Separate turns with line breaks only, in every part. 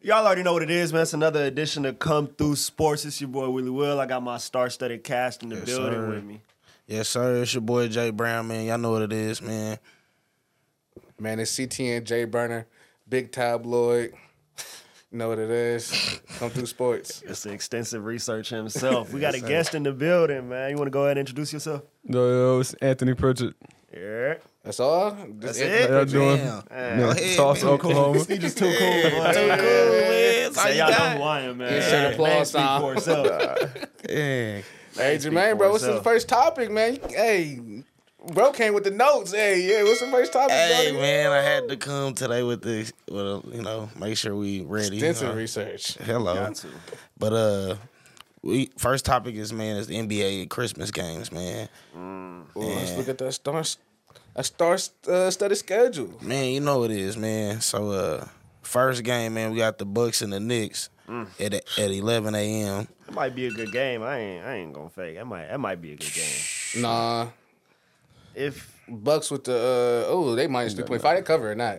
Y'all already know what it is, man. It's another edition of Come Through Sports. It's your boy Willie Will. I got my star-studded cast in the
Yes,
building
sir.
with me.
Yes, sir. It's your boy Jay Brown, man. Y'all know what it is, man.
Man, it's CTN Jay Burner, big tabloid. Know what it is? Come through sports.
It's the extensive research himself. We got a guest in the building, man. You want to go ahead and introduce yourself?
Yo, yo, it's Anthony Pritchard.
Yeah.
That's all.
That's
How
it?
y'all doing?
Damn.
Yeah,
hey,
Tulsa,
man.
Oklahoma.
He just too cool. boy.
man. That's all
Say
you
y'all know
got.
who I am, man.
Insert
Name
applause
speak
sound.
for itself.
Yeah.
Hey, Jermaine,
for
bro, what's the
itself.
first topic, man? Hey, bro came with the notes. Hey, yeah, what's the first topic?
Hey,
brother?
man. I had to come today with the, well, you know, make sure we ready.
Extensive
Uh,
research.
Hello.
Got to.
But uh, we first topic is man is the NBA Christmas games, man.
Ooh, Let's look at that star, a star uh, study schedule.
Man, you know what it is, man. So uh, first game, man, we got the Bucks and the Knicks at at 11 a.m.
It might be a good game. I ain't. I ain't gonna fake. That might. That might be a good game.
Nah,
If
Bucks with the uh, oh, they minus three point five. They cover or not?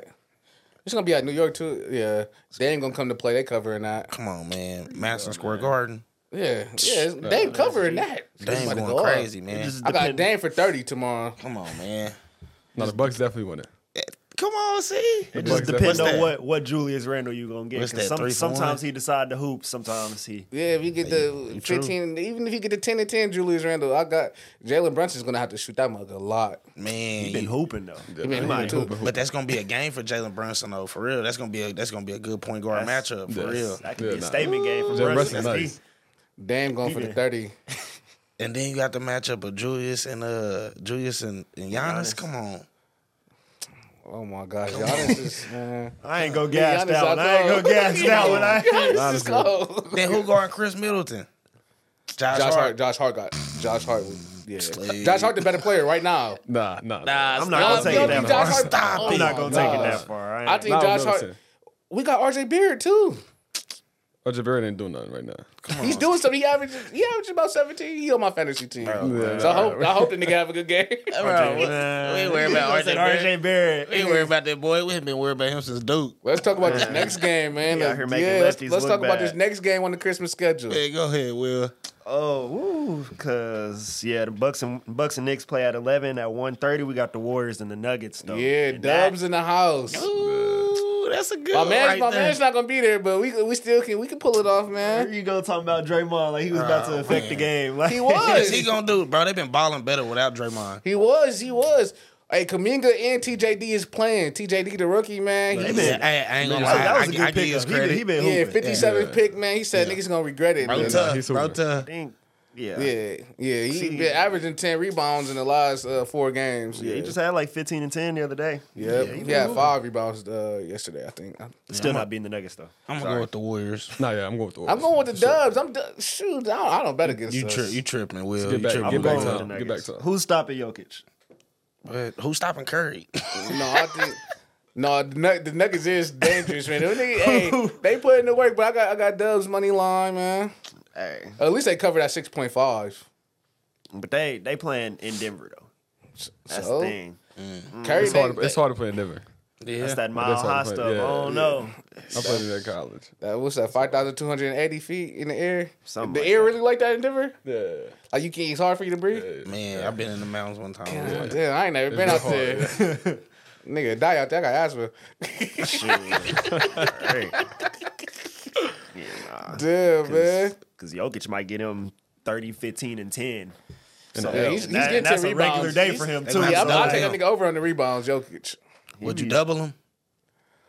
It's gonna be at New York too. Yeah, they ain't gonna come to play. They cover or not?
Come on, man. Madison Square Garden.
Yeah, yeah, they covering that.
They
It's
ain't
about to
going
go up.
crazy, man.
just
I got
depend-
Dame for thirty tomorrow.
Come on, man. Eh,
No, the Bucks definitely winning.
Come on, see.
It just
Bucks
depends
definitely-
on
that?
what, what Julius Randle you gonna get.
What's
'cause
that,
some-
three for
sometimes
one?
he decide to hoop, sometimes he.
Yeah, if you get the
true.
fifteen, even if you get the ten and ten, Julius Randle, I got Jalen Brunson's gonna have to shoot that mug a lot.
Man,
He been
you-
hooping though.
been
He might
hooping,
hoop.
but that's gonna be a game for Jalen Brunson though, for real. That's gonna be a that's gonna be a good point guard
That's-
matchup for
that's-
real.
That could
Yeah,
be a
nah.
statement game for
Jalen
Brunson.
Brunson's
That's
nice.
deep.
Damn, going for the
Yeah.
thirty.
And then you got the matchup of Julius and uh Julius and, and Giannis. Come on.
Oh my gosh, Giannis is man.
I ain't gonna gas
Giannis
that one. I ain't
out
gonna gas that one. I
Giannis is cold.
Then who guarding Chris Middleton? Josh,
Josh Hart,
Hart.
Josh Hart got Josh Hart. was- Yeah,
Please.
Josh Hart the better player right now.
Nah, nah.
I'm not gonna
Nah,
take
yo,
it that
Josh
far.
Hart-
Stop
oh
I'm not
my
gonna take it that
gosh.
far.
I
I ain't.
think Josh
Hart.
Hart. We got RJ Beard too.
RJ Barrett ain't doing nothing right now.
He's doing something. He averages. He averages about seventeen. He on my fantasy team.
Yeah,
so I
nah,
hope I hope the nigga have a good game.
Bro, we
Man.
we ain't worried about RJ. Barrett.
RJ Barrett.
We ain't worried about that boy. We haven't been worried about him since Duke.
Let's talk about this next game, man.
We out here making
yeah, let's,
lefties
let's
look
talk about this
bad.
next game on the Christmas schedule.
Hey, go ahead, Will.
Oh, woo, cause yeah, the Bucks and Bucks and Knicks play at eleven. At 1.30, we got the Warriors and the Nuggets though.
Yeah,
And that-
Dubs in the house.
Ooh, that's a good
My
one.
man's,
right
my
there.
man's not gonna be there, but we we still can we can pull it off,
Here
man.
you go talking about Draymond like he was about to
Oh,
affect
man.
the game. Like
He
What
was.
is he gonna do, bro? They've been balling better without Draymond.
He was, he was. Hey, Kaminga and TJD is playing. TJD the rookie, man. He,
Hey,
been-
I ain't gonna
So that
lie.
was a
I,
good
I give
pickup.
his
He been,
credit.
he been
yeah,
hooping.
fifty seven
Yeah.
pick, man. He said niggas gonna regret it.
Bro,
man.
tough,
he's
bro,
hooping.
tough.
I think, yeah.
Yeah, yeah. He
See.
been averaging ten rebounds in the last uh, four games.
Yeah,
Yeah,
he just had like 15 and 10 the other day.
yep. he had five rebounds uh, yesterday, I think. I'm,
Still not beating the Nuggets though.
I'm gonna go with the Warriors.
Nah, yeah, I'm going with the
I'm
Warriors.
going with the Dubs. I'm du- shoot. I don't, I don't bet against
You
us.
trip, you tripping, Will?
Get
You
back-
tripping?
get back
going
to
with
him.
the
Get
Nuggets.
back to him.
Who's stopping Jokic?
But who's stopping Curry?
No, I think. No, the, Nug- the Nuggets is dangerous, man. Them niggas- hey, they put in the work, but I got I got Dubs money line, man.
Hey,
At least they covered that six point five.
but they they playing in Denver though. That's
So?
the thing.
Curry,
It's
they,
hard, to, it's hard to play in Denver.
yeah,
That's that mile
hard
high
to play.
stuff.
Yeah,
I don't
yeah.
know.
I played in that college.
that what's that five thousand two hundred and eighty feet in the air.
Something
the
like
air really like that in Denver.
Yeah.
Like you can, it's hard for you to breathe.
man. I've been in the mountains one time.
Oh, Damn, I ain't never been
been
out
hard,
there. Nigga, die out there. I got asthma.
Hey. yeah, nah.
Damn, man.
Because Jokic might get him 30, 15, and 10.
And, uh,
Yeah, he's, he's
That-
getting
that's
10
a regular
rebounds.
day
He's-
for him,
Yeah,
too.
I'm- I'll
So,
take that
damn.
nigga over on the rebounds, Jokic.
Would you double him?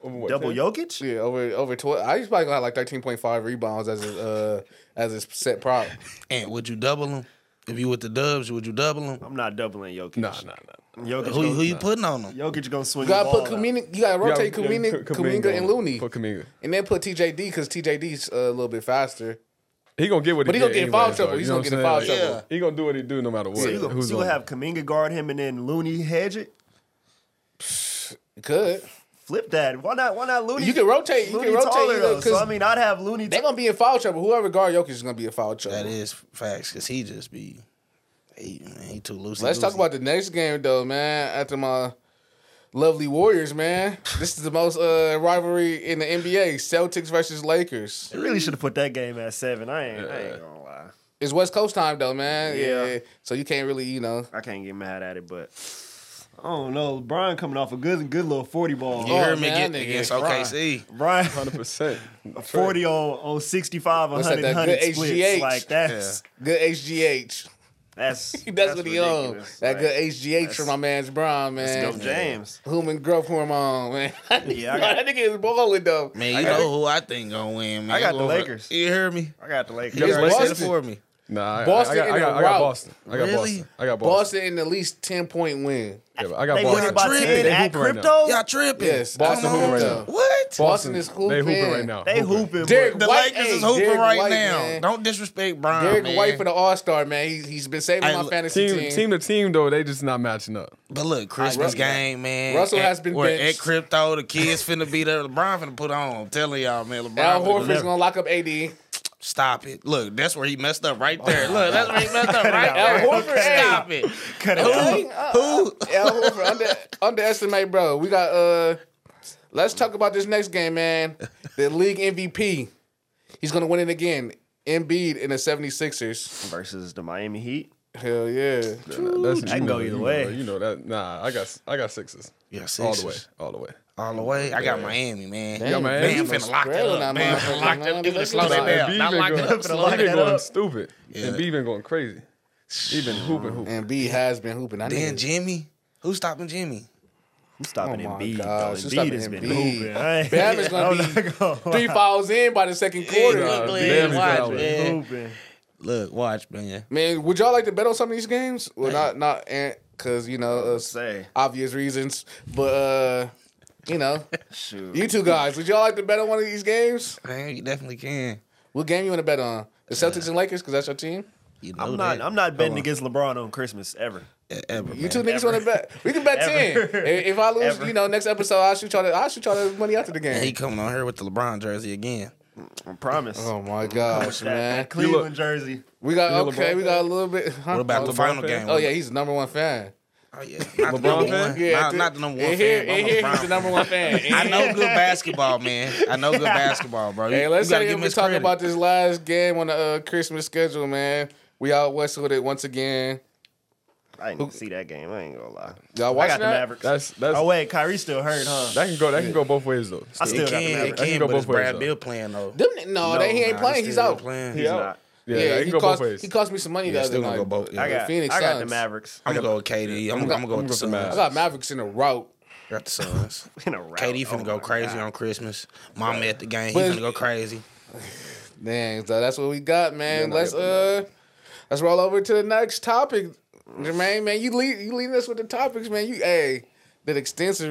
over what,
Double
10?
Jokic?
Yeah, over over twelve. I used to probably gonna have like thirteen point five rebounds as his uh as his set prop.
And would you double him? If you with the Dubs, would you double him?
I'm not doubling Jokic.
Nah, nah, nah.
Jokic,
Who, who
gonna,
you putting on him?
Jokic gonna swing
You gotta
the
put
ball out.
Kuminga. You gotta rotate
Yeah, yeah,
Kuminga,
K-
Kuminga and Looney,
Put Kaminga.
and then put TJD because TJD's uh, a little bit faster.
He gonna get what
But
he
he gonna get in foul
anyways, though,
trouble.
you
He's
know
gonna
what
get in
I'm
foul
saying?
trouble.
Yeah.
He gonna do what he do no matter what.
So you gonna,
Who's
so you gonna
on
have Kaminga guard him and then Looney hedge it?
Could
Flip that. Why not? Why not Looney?
you can rotate? You
Looney
can rotate
taller though.
because
So I mean, I'd have Looney.
they're gonna be in foul trouble. Whoever guard Jokic is gonna be in foul trouble.
That is facts, cause he just be, he, man, he too loose.
Let's talk about the next game though, man. After my lovely Warriors, man. This is the most uh, rivalry in the NBA: Celtics versus Lakers.
They really should have put that game at seven. I ain't, I ain't gonna lie.
It's West Coast time though, man. Yeah.
Yeah.
So you can't really, you know.
I can't get mad at it, but I don't know. LeBron coming off a good, good little forty ball. Oh,
You
Oh,
heard me get
man, that nigga
against
fried.
OKC.
Brian
Hundred percent.
forty on on 65,
What's
100,
that, that
100
good
splits.
HGH?
Like that's
Good HGH.
that's
That's, what he owned.
ridiculous.
That
Like,
good HGH
that's-
from my man's Brown, man.
Let's go, James.
Human growth hormone, man.
Yeah, I got-
that nigga is balling though.
Man, you know who I think gonna win, man.
I got the
Whoever-
Lakers.
You hear me?
I got the Lakers.
You got
You
the
already said it
Boston.
for me.
Nah, I-
Boston
I, I, got, I,
in
got,
a
I got
rout.
Boston. I got
Really?
Boston. I got Boston.
Boston in at least ten point win.
Yeah, but I got
They
Boston.
winning by
Tripping.
ten
They
at
hooping right now.
crypto.
Y'all tripping?
Yes,
Boston
I'm
hooping right
hooping.
now.
What?
Boston is
They hooping
hooping.
right now.
They hooping.
Derek
but
The
White,
Lakers
hey,
is hooping
Derek
right
White,
now.
man.
Don't disrespect Brian.
Derek
man.
White for the All Star, man. He, he's been saving
Hey,
my
look,
fantasy
Team,
team.
team to team though, they just not matching up.
But look, Christmas
Russell-
game, man.
Russell
at-
has been
we're
benched.
at crypto. The kids finna be there. LeBron finna put on. I'm telling y'all, man. LeBron.
Al
finna-
Horford's gonna lock up AD.
Stop it. Look, that's where he messed up right there. Look, that's where he messed up right there.
Al Horford, hey. Uh,
Stop it.
cut it out.
Who? Who?
Al Horford under, underestimate, bro. We got uh let's talk about this next game, man. The league MVP. He's gonna win it again. Embiid in the 76ers.
versus the Miami Heat.
Hell yeah.
That's
I can go either way.
You know that. Nah, I got I got sixes.
Yeah,
All the way.
sixes.
All the way.
All the way. I got Miami, man.
Yeah, man.
Man,
Embiid
finna lock that
spreading that
up. Man, finna lock
motherfucker,
that. People
man.
to slow that
Embiid
down. Not lock
been
that
going,
up. Slow
Embiid
that
been
down.
going stupid.
Yeah.
And B been going crazy. He been hooping, hooping.
Embiid has been hooping. I
Then
need
Jimmy. Who's stopping Jimmy?
I'm stopping
Oh my
Embiid.
gosh,
though.
you stopping
Embiid has been
Embiid.
hooping. I ain't-
Bam is gonna
I'm
be
not gonna lie.
three fouls in by the second quarter.
nah.
Look,
Miami's
watch,
down,
man.
Hooping.
Look, watch, man.
Man, would y'all like to bet on some of these games? Well, not not because you know uh,
Say,
obvious reasons, but uh, you know,
shoot.
you two guys, would y'all like to bet on one of these games?
Man, you definitely can.
What game you want to bet on? The Celtics and Lakers, because that's your team.
You know
I'm not.
that.
I'm not betting against LeBron on Christmas ever.
E- ever,
You
man.
two niggas want to bet? We can bet
Ever.
ten. If if I lose,
Ever.
you know, next episode I'll shoot y'all. The, I'll shoot y'all the money after the
And he
game.
coming on here with the LeBron jersey again.
I promise.
Oh my gosh,
that,
man!
that Cleveland jersey.
We got
You a
okay.
LeBron
We got a little bit. huh?
What about the
LeBron
final
fan?
game?
Oh yeah, he's the number one fan.
Oh, yeah. Not the
LeBron
number
fan?
one.
Yeah,
not,
dude.
not the number one
In here,
fan. but I'm
in
a
here,
LeBron
he's the number one fan. In
I know good basketball, man. I know good basketball, bro. You,
Hey, let's
you gotta
say
give him
we
his
talk
credit.
about this last game on the uh, Christmas schedule, man. We out west with it once again.
I didn't see that game. I ain't gonna lie.
Y'all
I
watching
got the
that?
Mavericks.
That's that's
oh wait, Kyrie still hurt, huh?
that can go that can go both ways though.
I still got the
it can, it
Mavericks.
I
can,
can go
but it's
both ways,
Brad
though.
Bill playing though.
Them, no, they, he ain't
Nah,
playing. He's
still
out.
Playing.
He
He's
out.
not.
Yeah,
Yeah,
that
he,
can go both
cost,
ways.
he cost me some money
Yeah,
the other
still gonna
night.
go both. Yeah.
I got.
Phoenix
I got the
Suns.
Mavericks
I'm gonna go with KD. I'm, I'm gonna go with the
I'm gonna go
I
Suns.
with
got Mavericks in a route.
Got the Suns.
in a route.
KD finna
Oh
go
my
crazy
God.
on Christmas. Mom at the game. He
But-
finna go crazy.
Dang, so that's what we got, man.
Yeah,
let's
I got
uh, let's roll over to the next topic, Jermaine. Man, you lead you leading us with the topics, man. You hey did extensive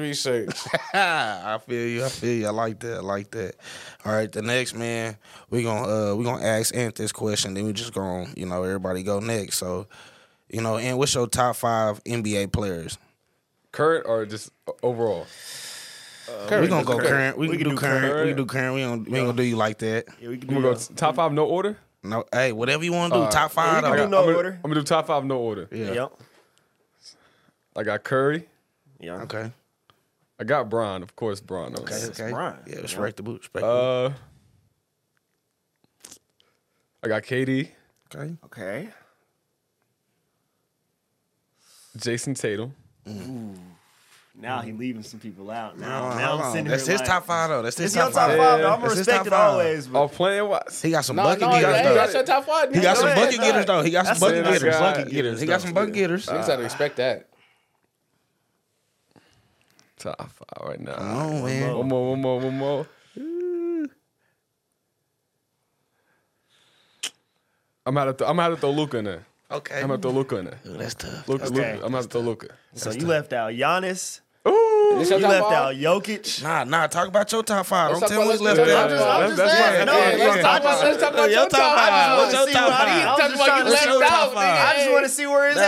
research.
I feel you. I feel you. I like that. I like that. All right, the next man, we gonna uh, we gonna ask Ant this question. Then we just gonna you know everybody go next. So, you know, Ant, what's your top five NBA players?
Current or just overall?
we gonna go current. We,
We
can, do current. We can do current. We don't. We ain't gonna do you like that.
Yeah, we can
I'm
do.
gonna go
that.
t- top five, no order.
No. Hey, whatever Uh, you wanna do. top five.
we can
though.
do no
I'm gonna,
order.
I'm gonna do top five, no order.
yeah.
Yep.
I got Curry.
Yeah.
Okay.
I got Bron, of course, Bron.
Okay.
Okay.
okay.
Brian.
Yeah. Respect the boot. Respect. the
Uh, I got KD,
boot. Okay.
Okay.
Jason Tatum.
Now he leaving some people out. Now,
Uh,
now
hold
I'm
on.
sitting
That's
here
his
like,
top five though. That's his
It's your
top
top five.
five.
though. I'm
That's
gonna
his
respect
top
it
five.
always.
Oh,
But
playing wise.
He got some
no,
bucket
no,
getters
hey,
though.
that's your top five.
He got
Go
some
ahead,
bucket
go ahead.
getters though. He got some
That's what
bucket
it
is,
getters.
guy.
Bucket getters. Oh, He got some bucket getters.
Niggas gotta respect that.
Top five right now.
Oh man.
One more, one more, one more. I'm out of th- I'm out of throw Luca in there.
Okay.
I'm out of throw Luca in there.
Ooh, that's tough.
Luca,
Okay.
Luca. I'm out of throw Luca.
so you left out Giannis.
Ooh,
This
You
your top
left
five?
out Jokic.
Nah, nah. Talk about your top five.
Let's
Don't
talk
tell
about-
me what's left
let's-
out.
let's-
I'm
let's
just
talk-
saying.
No,
Yeah,
let's
yeah.
talk about- let's talk about your top five.
What's your
see
top
what I-
five?
I
Talk
was
about
just trying
you
to
left
see-
your top
out,
five?
I
nigga.
just want to see where his ass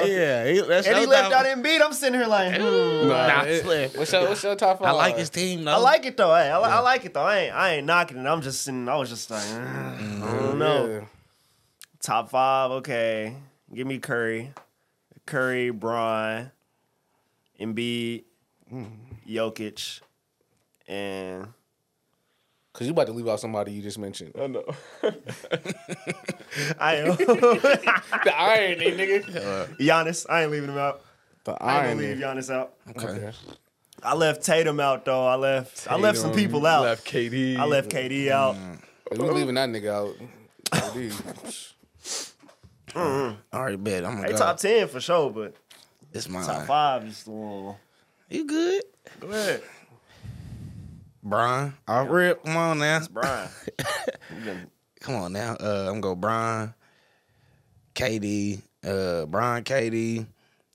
was at.
Yeah, he, that's
And he
your
left out
top-
Embiid. I'm sitting here like, hmm.
Nah,
Nah,
it's
it,
left.
What's your, what's your top five?
I like his team though.
I like it though. Hey, I, li- I like it though. I ain't, I ain't knocking it. I'm just sitting. I was just like, mm, I don't know.
Yeah.
Top five. Okay, give me Curry, Curry, Braun, Embiid, Jokic, and
Cause you about to leave out somebody you just mentioned.
I know.
I am Giannis.
The irony, nigga.
I ain't leaving him out.
The
I ain't gonna leave
irony.
Giannis out.
Okay.
I left Tatum out though. I left. I left Mm, some
Tatum,
people out.
Left KD.
I left KD out.
We leaving that nigga out. KD.
All right, bet. I'm gonna
They
go.
top ten for sure, but
It's mine.
top five is a little.
You good?
Go ahead,
Brian. I rip. Come on now.
Brian.
Come on now. Uh, I'm gonna go Brian, KD, uh, Brian, KD.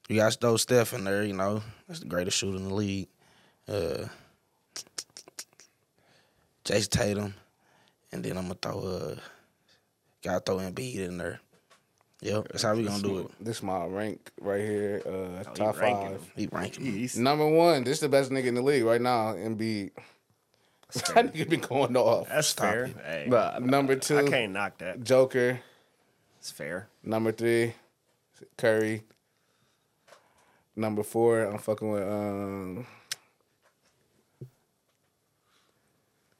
You got to throw Steph in there. You know, that's the greatest shooter in the league. Uh, Jason Tatum, and then I'm gonna throw. Uh, gotta throw Embiid in there. Yep, that's how we gonna do it.
This my rank right here. Uh, top
ranking
five.
him.
He ranking. him.
He's-
Number one. This is the best nigga in the league right now. Embiid. That nigga been going off.
That's
Stop
fair.
it.
Hey,
Nah, number
I
two.
can't knock that.
Joker.
It's fair.
Number three. Curry. Number four. I'm fucking with um.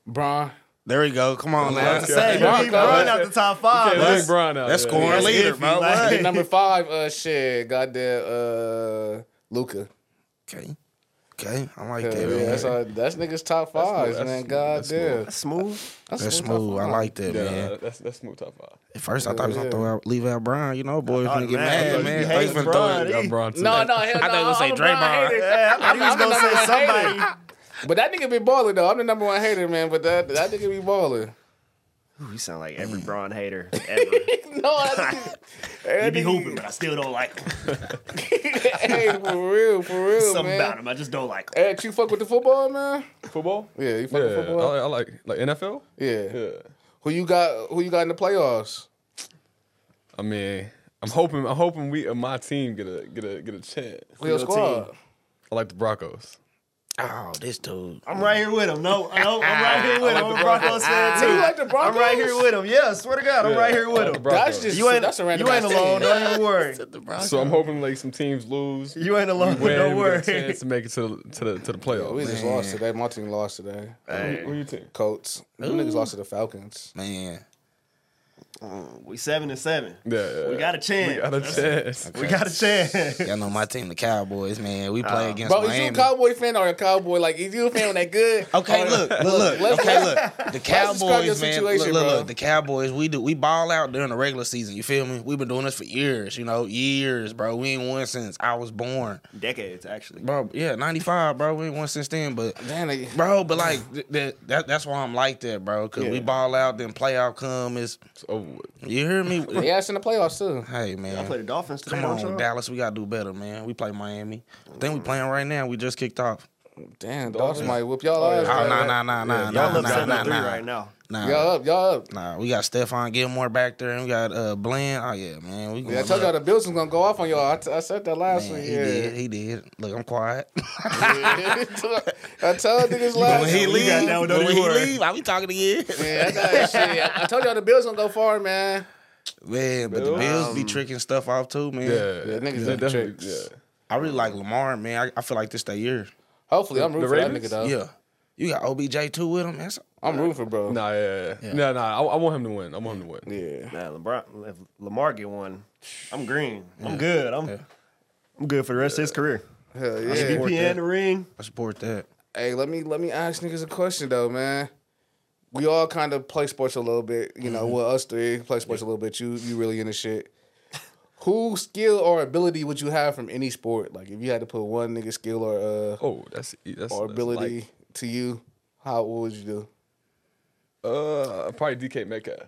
Braun.
There we go. Come on now.
Okay.
Say, you
Bron-
leave Bron out the top five.
Can't leave
That's-
Bron out.
That's
Yeah,
scoring
yeah.
That's
leader,
iffy,
bro.
like-
What?
Number five, uh, shit, goddamn, uh, Luca.
Okay. Okay. I like
Yeah,
that. man.
that's, all, that's niggas top fives, man.
smooth, that's smooth,
Goddamn,
That's smooth.
that's,
That's
smooth top
smooth. I
five.
like that,
Yeah,
man.
that's that's move top five.
At first, I thought he was gonna
yeah.
throw out, leave out Brian. You know, boy, was gonna get
man,
mad,
he
man.
hates
Thought he was gonna
Brian.
throw it.
He-
Bron
No, no, hell no.
I thought he was gonna say
I'm a Bron
Draymond.
hater.
Yeah, I thought he was
I'm the
gonna
number
say
one hater.
somebody.
But that nigga be balling though. I'm the number one hater, man. But that that nigga be balling.
Ooh, you sound like every Bron hater ever.
No, that nigga.
he be hooping, but I still don't like him.
hey, for real, for real,
Something
man.
about him. I just don't like him.
Eric, you fuck with the football, man?
Football?
Yeah, you fuck
Yeah,
with
I
football.
like, I like like NFL.
Yeah.
Yeah,
Who you got? Who you got in the playoffs?
I mean, I'm hoping I'm hoping we uh, my team get a get a get a chance.
Who your
Your
squad?
team.
I like the Broncos.
Oh, this dude.
I'm right here with him. No, no, I'm right here with him. I'm a Broncos fan too.
You like the
I'm right here
Broncos?
with him. Yeah, Oh, swear to God, I'm right here
I like
with
the
him.
Broncos.
That's just
You ain't,
that's a random.
you ain't
ass
alone.
team.
Don't even worry.
so I'm hoping like some teams lose.
You ain't alone.
win,
Don't
we
worry.
get a chance to make it to the to the to the playoffs.
Oh, We just lost today. My team lost today.
Who, who
Hey,
you think?
Colts. Them niggas lost to the Falcons.
Man,
we seven and seven.
Yeah, yeah.
We got a chance.
We got a chance.
We got a chance.
y'all know my team, the Cowboys. Man, we play against
Bro, is you a
Miami.
Cowboy fan or a Cowboy? Like, is you a fan when they good?
Okay,
Or-
look, look, look.
let's-
okay, look. The
describe your
Cowboys, man. Look,
situation,
look,
bro.
look. The Cowboys. We do. We ball out during the regular season. You feel me? We've been doing this for years. You know, years, bro. We ain't won since I was born,
Decades, actually.
bro. Yeah, ninety five, bro. We ain't won since then, but.
Damn, they,
Bro, but like th- th- that, that's why I'm like that, bro. Cause we ball out, then playoff come. Is
It's over with.
you hear me?
they ass in the playoffs too.
Hey man,
I played the Dolphins today.
Come
don't
on,
y'all?
Dallas. We gotta do better, man. We play Miami. I think we playing right now. We just kicked off.
Damn, dogs might whoop y'all ass.
Oh,
right
nah,
now.
nah, nah, nah,
Y'all
nah,
look
nah,
seven
nah,
and three
nah,
right now.
nah,
Y'all up, y'all up.
nah. We got Stephon Gilmore back there, and we got uh Bland. Oh yeah, man. We
Yeah, I
going
told y'all
up.
the Bills was gonna go off on y'all. I, t- I said that last
Man,
week.
he did. He did. Look, I'm quiet.
Yeah. I told niggas
But
last
when he
week.
We got
leave,
that one,
but
don't
when
you
he
worry.
leave, I be talking again.
Yeah, I, got that shit. I- I told y'all the Bills gonna go far, man.
Man, but the Bills be tricking stuff off too, man.
Yeah,
Yeah, niggas
yeah,
up
definitely,
tricks.
yeah.
I really like Lamar, man. I, I feel like this that year.
Hopefully, I'm rooting
the
for that nigga
Ravens?
though.
Yeah, you got OBJ too with him. That's
I'm rooting for bro.
Nah, yeah, yeah. Nah, nah. I, I want him to win. I want him to win.
Yeah,
Nah, LeBron, if Lamar get one, I'm green. I'm good. I'm I'm good for the rest of his career.
hell yeah.
MVP
that.
in the ring.
I support that.
Hey, let me let me ask niggas a question though, man. We all kind of play sports a little bit, you
Mm-hmm.
know. Well, us three play sports a little bit. You you really into shit. Who skill or ability would you have from any sport? Like if you had to put one nigga skill or uh
Oh, that's that's
or
that's
ability
like-
to you, how what would you do?
uh, probably DK Metcalf.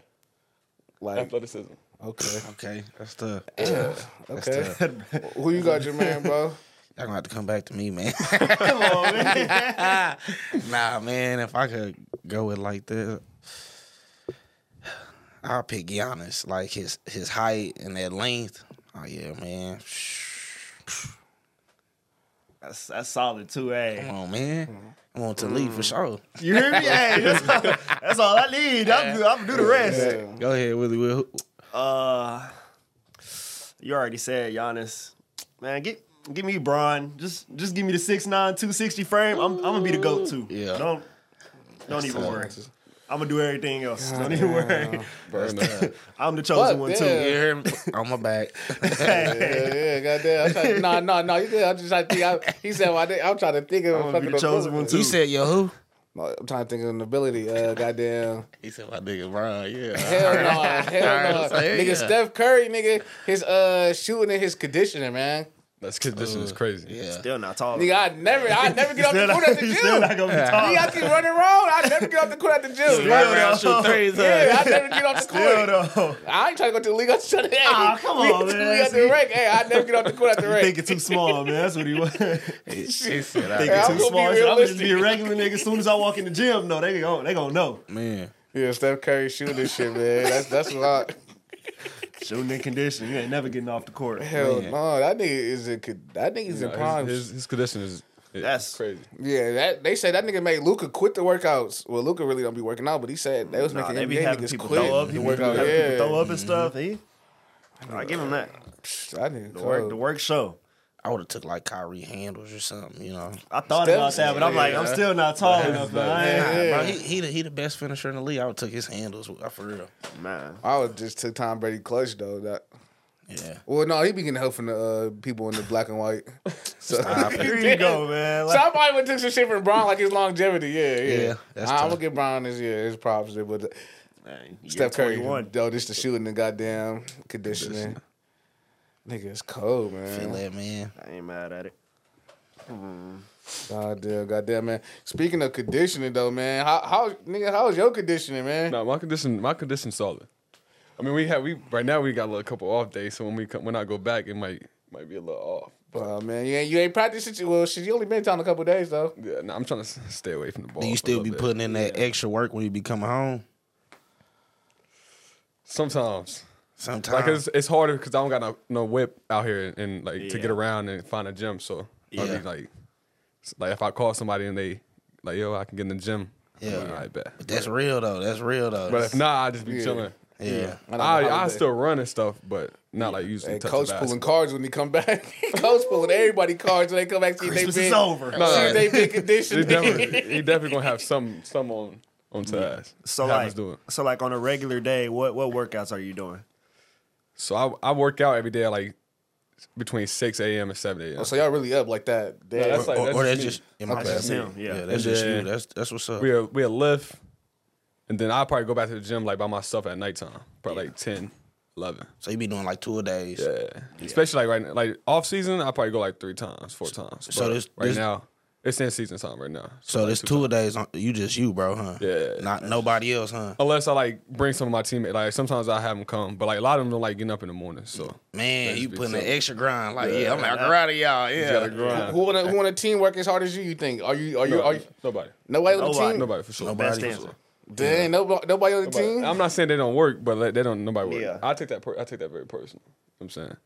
Like
Athleticism.
okay,
Okay, that's tough.
okay. Who you got, your man, bro?
Y'all gonna have to come back to me, man.
Come on, man.
nah, man. If I could go with like that, I'll pick Giannis. Like his his height and that length. Oh yeah, man.
That's, that's solid too, hey.
Come on, man. I want to leave for sure.
You hear me? Hey, that's all, that's all I need. I'm good. I'm do the rest.
Yeah.
Go ahead, Willie. Will.
Uh, you already said Giannis. Man, get Give me Braun. Just just give me the 6'9", 260 frame. I'm, I'm gonna be the goat too.
Yeah.
Don't don't even worry. I'm gonna do everything else. don't even worry.
Burn up.
I'm the chosen
But
one
You
then-
too.
hear me? On my back.
Yeah, yeah, goddamn. I'm trying- Nah, nah, nah. You good? I'm just trying to think. I, he said, my name. I'm trying to think of
I'm
a
gonna be
fucking
the chosen one
ability.
too.
you said, yo, who?
I'm trying to think of an ability. Uh, goddamn.
He said, my nigga, Brian, yeah.
Hell no, hell no,
Alright, so here
nigga.
you go.
Steph Curry, nigga, his uh shooting and his conditioning, man.
That's condition is crazy.
Uh, Yeah.
still not tall.
Nigga, I never, I never get off the
Still
court
not-
at the
you still
gym.
not gonna be
Nigga, I
tall.
keep running around. I never get off the court at the gym.
Still
Right around-
though.
shoot threes, huh?
Yeah, I never get off the
Still
court.
though.
I ain't trying to go to the league. I'm trying to.
Aw, come
we,
on, man.
We at the
See?
rec. Hey, I never get off the court at the rec.
Thinking too small, man. That's what he was. Thinking
She said,
too
I,
I'm gonna be
small. I'm gonna just be a
realistic.
regular nigga. As soon as I walk in the gym, no, they gonna they gonna know.
man.
Yeah, Steph Curry shooting this shit, man. That's that's what
Shooting in condition, you ain't never getting off the court.
I. Hell
Man.
no, that nigga is in. con- That nigga's
No,
in prime.
his, his, his condition is it's
That's-
crazy.
Yeah, that they say that nigga made Luca quit the workouts. Well, Luca really don't be working out, but he said they was
Nah,
making
they be
NBA
having
niggas
people
quit
throw up.
the
People,
workout.
having
Yeah,
people throw up and stuff. He, I give him that.
Psh, that nigga
The work, the work show.
I would have took like Kyrie handles or something, you know.
I thought
Steph-
about that, but I'm like, I'm
yeah.
still not tall enough, man. I ain't-
Yeah.
Bro, he, he, the, he the best finisher in the league. I would have took his handles uh, for real.
Man,
I would just took Tom Brady clutch though. That
Yeah.
well, no, he be getting help from the uh, people in the black and white. So
here you go, man. Like,
Somebody would took some shit from Brown, like his longevity. Yeah, yeah.
Yeah, that's
I'm
tough.
gonna give Brown his yeah his props there, but uh,
man, you're
Steph Curry,
21.
yo, this the shooting and goddamn conditioning. Nigga, it's cold, man.
Feel that, man.
I ain't mad at it.
Goddamn, goddamn, man. Speaking of conditioning, though, man, how, how nigga, how's your conditioning, man?
No, my condition, my condition's solid. I mean, we have we right now we got a little couple off days, so when we come, when I go back, it might might be a little off.
Well, uh, man, you ain't you ain't practiced since you well, shit, you only been down a couple days though.
Yeah, no, I'm trying to s- stay away from the ball.
Do
for
you
a
still
little
be
bit.
putting in that extra work when you be coming home?
sometimes.
Sometimes.
Like it's, it's harder because I don't got no, no whip out here and like to get
Yeah.
around and find a gym. So I'll
Yeah.
be like, s- like if I call somebody and they like, yo, I can get in the gym.
Yeah.
all right, bet.
But that's real though. That's real though.
But if not, I just be
Yeah.
chilling.
yeah.
I don't know how
I, I
they-
still run and stuff, but not like usually.
Hey,
touch
coach
the
pulling
basketball.
cards when he come back. coach pulling everybody cards when they come back. See if they
Christmas
been,
is over.
No,
See if they been
He
conditioned.
definitely, he definitely gonna have some some on on Taz.
So
Have us
like,
do it.
so like on a regular day, what what workouts are you doing?
So I I work out every day at like between six a.m. and seven a.m.
Oh, so y'all really up like that? Damn.
that's like-
or, or that's
me.
just in my
That's
bad.
just him. Yeah.
that's
And
just you.
then-
That's that's what's up.
we a, we a lift, and then I'll probably go back to the gym like by myself at nighttime, probably like 10, 11.
So you be doing like two a days.
Yeah. especially like right now, like off season, I probably go like three times, four times.
so
But
this-
right
this-
now, it's in season time right now.
So there's two a days on you just you, bro, huh?
Yeah.
Not nobody else, huh?
Unless I like bring some of my teammates, like sometimes I have them come, but like a lot of them don't like getting up in the morning. So
Man,
That's
you
big
putting an
time.
extra grind. Like, yeah, I'm out proud of y'all.
You gotta
Yeah.
grind.
who on a, who on a team work as hard as you? You think? Are you are you are you
Oh, nobody,
nobody on the
Nobody.
team?
nobody for sure.
Best
Nobody.
answer.
Dang, nobody nobody on the
But
team.
I'm not saying they don't work, but like, they don't nobody work.
Yeah.
I take that per- I take that very personal. You know what I'm saying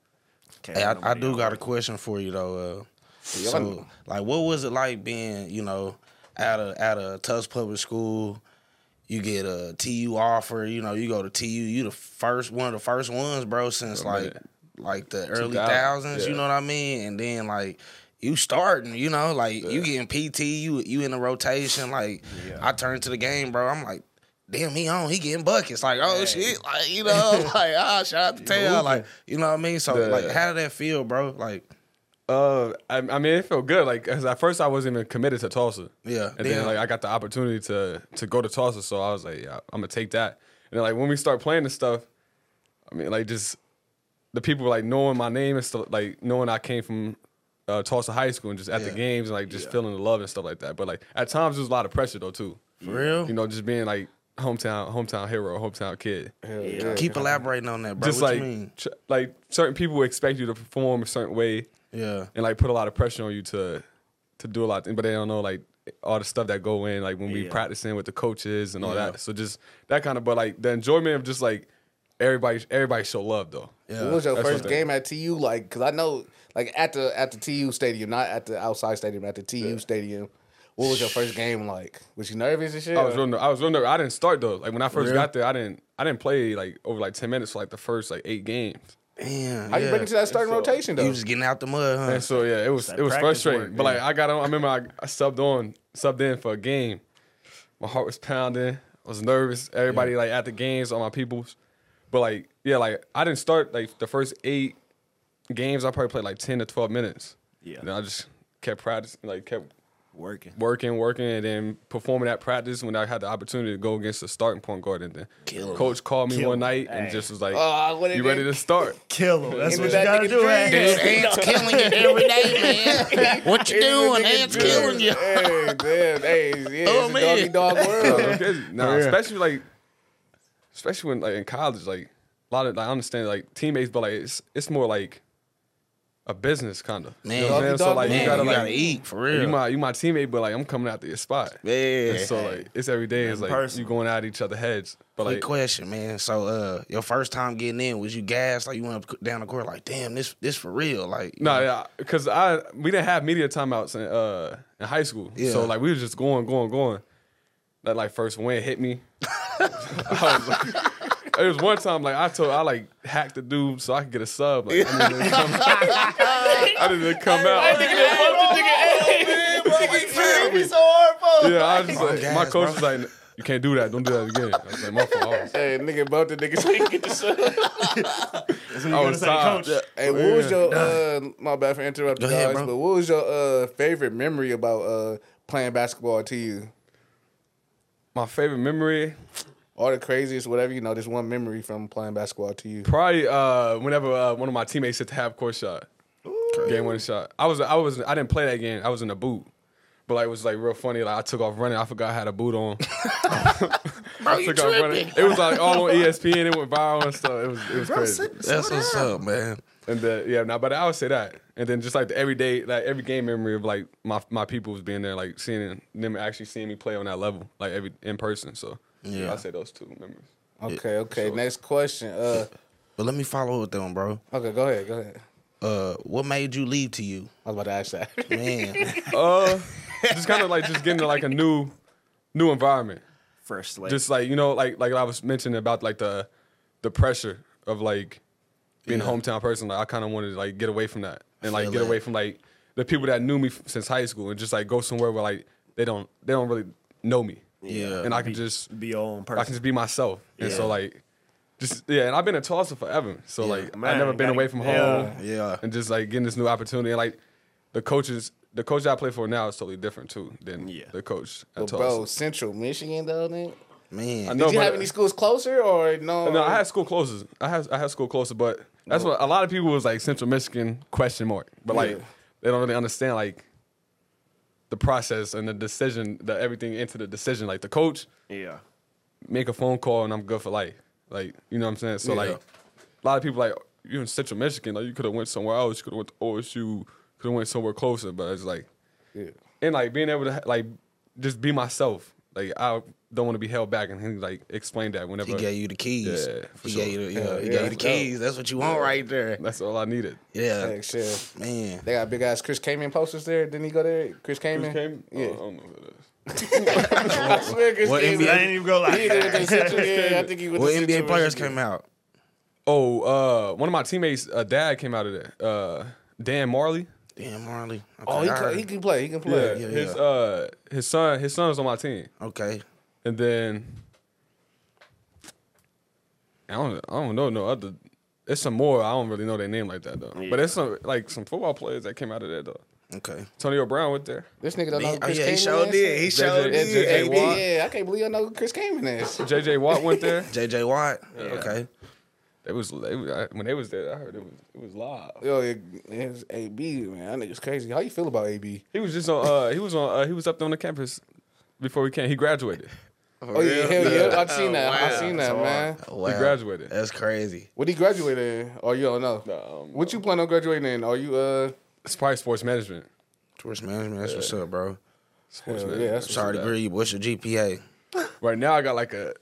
Okay,
Hey, I, I
nobody
do
else.
got a question for you though. Uh, so, like, what was it like being, you know, out of out of Tufts Public School? You get a TU offer. You know, you go to TU. You the first one of the first ones, bro, since
Oh, man.
like like the early
2000,
thousands. You
yeah.
know what I mean? And then like. You starting, you know, like you getting PT, you you in the rotation. Like I turn to the game, bro. I'm like, damn, he on, he getting buckets. Like, oh shit, like you know, like ah, shout out to Tail, like you know what I mean. So
Yeah.
like, how did that feel, bro? Like,
Uh, I, I mean, it felt good. Like, 'cause at first I wasn't even committed to Tulsa.
Yeah,
And then
damn.
like I got the opportunity to to go to Tulsa, so I was like, yeah, I'm gonna take that. And then, like when we start playing this stuff, I mean, like just the people like knowing my name and stuff, like knowing I came from uh, Tulsa High School and just at the
Yeah.
games and like just feeling the love and stuff like that. But like at times there was a lot of pressure though too.
for real?
You know, just being like hometown hometown hero, hometown kid.
Keep elaborating on that, bro.
Just
what
like
you mean?
tr- like certain people expect you to perform a certain way
Yeah.
and like put a lot of pressure on you to to do a lot, of things, but they don't know like all the stuff that go in, like when we
Yeah.
practicing with the coaches and all
Yeah.
that. So just that kind of, but like the enjoyment of just like everybody, everybody show love though.
Yeah.
What was your
That's
first
what they-
game at TU like? Because I know, like at the at the TU stadium, not at the outside stadium, at the TU stadium. What was your first game like? Was you nervous and shit?
I was real, ner- I was real nervous. I didn't start though. Like when I first got there, I didn't, I didn't play like over like ten minutes for like the first like eight games.
Damn.
How you
yeah.
break into that starting
So,
rotation though?
You was getting out the mud, huh?
And so yeah, it was
that
it was
practice
frustrating.
work,
but like
yeah.
I got on, I remember I, I subbed on, subbed in for a game. My heart was pounding. I was nervous. Everybody like at the games, all my peoples. But like yeah, like I didn't start like the first eight games. I probably played like ten to twelve minutes.
Yeah.
And I just kept practicing, like kept
Working.
working, working, and then performing at practice when I had the opportunity to go against the starting point guard. And then
Kill 'em.
coach called me
Kill
one
'em.
night and
Hey. Oh,
just was like,
Ah, what it
"You ready
did.
to start?"
Kill him. That's
Give
what
me
you
that
gotta
nigga
do,
dream.
man.
These ants killing you every day, man. What you doing? Ants killing you.
Hey, damn, hey, yeah,
Oh,
it's a doggy
man.
dog world.
Okay. Nah, especially like, especially when like in college, like a lot of like, I understand like teammates, but like it's it's more like a business kind of.
Man.
you know what I'm saying? So like
Man,
you gotta like
eat for real.
you my you my teammate, but like I'm coming out to your spot.
yeah.
And so like it's every day. It's like
person.
you going at each other heads, but
Quick
like
question, man. So, uh, your first time getting in, was you gassed? Like you went up down the court, like, damn, this this for real? Like,
No, yeah, because I we didn't have media timeouts in uh in high school,
Yeah.
so like we was just going, going, going. That like first win hit me. I was like, it was one time like I told I like hacked the dude so I could get a sub. Like, I didn't even come out. I didn't even come out. Yeah, I was just like,
gas,
my coach
bro.
was like, "You can't do that. Don't do that again." I was like, "My fault." I was,
Hey, nigga, bumped the nigga so he can get the shot.
I was tired.
Hey, what was your uh, my bad for interrupting,
Go ahead,
guys,
bro.
but what was your uh, favorite memory about uh, playing basketball to you?
My favorite memory
Or the craziest, whatever you know, just one memory from playing basketball to you.
Probably uh, whenever uh, one of my teammates hit the half court shot, game winning shot. I was I was I didn't play that game. I was in a boot, but like it was like real funny. Like I took off running. I forgot I had a boot on.
bro, you
took off running.
tripping?
It was like all on E ESPN. It went viral and stuff. It was it was crazy.
That's what's up, man.
And the, yeah, now but I would say that. And then just like the everyday, like every game memory of like my my people was being there, like seeing them actually seeing me play on that level, like every in person. So
Yeah.
yeah, I say those two memories.
Okay, okay. Next question. Uh,
But let me follow up though, bro.
okay, go ahead, go ahead.
Uh, what made you leave to you,
I was about to ask that.
man?
Uh, just kind of like just getting to like a new new environment.
Fresh slate.
just like you know like like I was mentioning about like the the pressure of like being a hometown person like I kind of wanted to like get away from that and like
Feel
get
it.
away from like the people that knew me f- since high school and just like go somewhere where like they don't they don't really know me
Yeah.
and I can just
be your own person.
I can just be myself and so
Yeah.
like just yeah and I've been in Tulsa forever so like
Man,
I've never been
gotta-
away from home
yeah.
Yeah.
and just like getting this new opportunity and like the coaches the coach I play for now is totally different too than
Yeah.
the coach at
But
Tulsa.
bro, Central Michigan though, nigga.
man.
know,
Did you
but-
have any schools closer or no?
No, I had school closes. I had I had school closer, but that's what a lot of people was like Central Michigan question mark. But like
Yeah.
they don't really understand like the process and the decision, the everything into the decision. Like the coach
yeah.
make a phone call and I'm good for life. Like you know what I'm saying. So
Yeah.
like a lot of people like you in Central Michigan, like you could have went somewhere else. You could have went to OSU. Could have went somewhere closer. But it's like
Yeah.
and like being able to ha- like just be myself. Like I don't want to be held back. And he like explained that whenever
He gave you the keys.
Yeah, for
he
sure.
gave you the, yeah, he gave
yeah,
you the
that's dope.
keys. That's what you want right there.
that's all I needed.
Yeah,
Like, shit.
man.
They got big ass Chris Kamen posters there. Didn't he go there? Chris Kamen?
Yeah.
Yeah.
Oh, I don't know who that is.
I swear Chris
What
Kamen.
I ain't even gonna
He went to
lie.
Central, yeah, I think he went
What
to
NBA
Central
players
Michigan.
came out?
Oh, uh, one of my teammates' uh, dad came out of there. Uh, Dan Marley.
Damn, Marley. Okay,
Oh, he
I heard.
can, he can play. He can play.
yeah,
his
yeah.
uh, his son, his son was on my team,
okay.
and then I don't, I don't know no other. It's some more. I don't really know their name like that though. But it's some like some football players that came out of there though.
Okay.
Antonio Brown went there.
This nigga don't know
Man,
who
oh,
Chris
yeah, he
Kaman
sure
is.
did. He
Yeah,
sure
JJ
did.
JJ
AD.
Watt.
yeah, I can't believe I know who Chris Kaman is.
J.J. Watt went there.
JJ Watt. Okay.
It was, they was I, when they was there. I heard it was it was live.
Yo, it, it's AB, man. That nigga's crazy. How you feel about AB?
He was just on. Uh, he was on. Uh, he was up there on the campus before we came. He graduated.
Oh, yeah, hell yeah. I've seen that. I've
wow.
seen that, man.
Wow.
graduated.
That's crazy.
What he graduate in? Or you don't know?
Um,
What you plan on graduating in? Are you, uh,
It's probably sports management.
Sports management. That's what's up, bro.
Sports
Hell yeah,
management.
that's
Sorry to grill you. but What's your GPA?
Right now, I got like a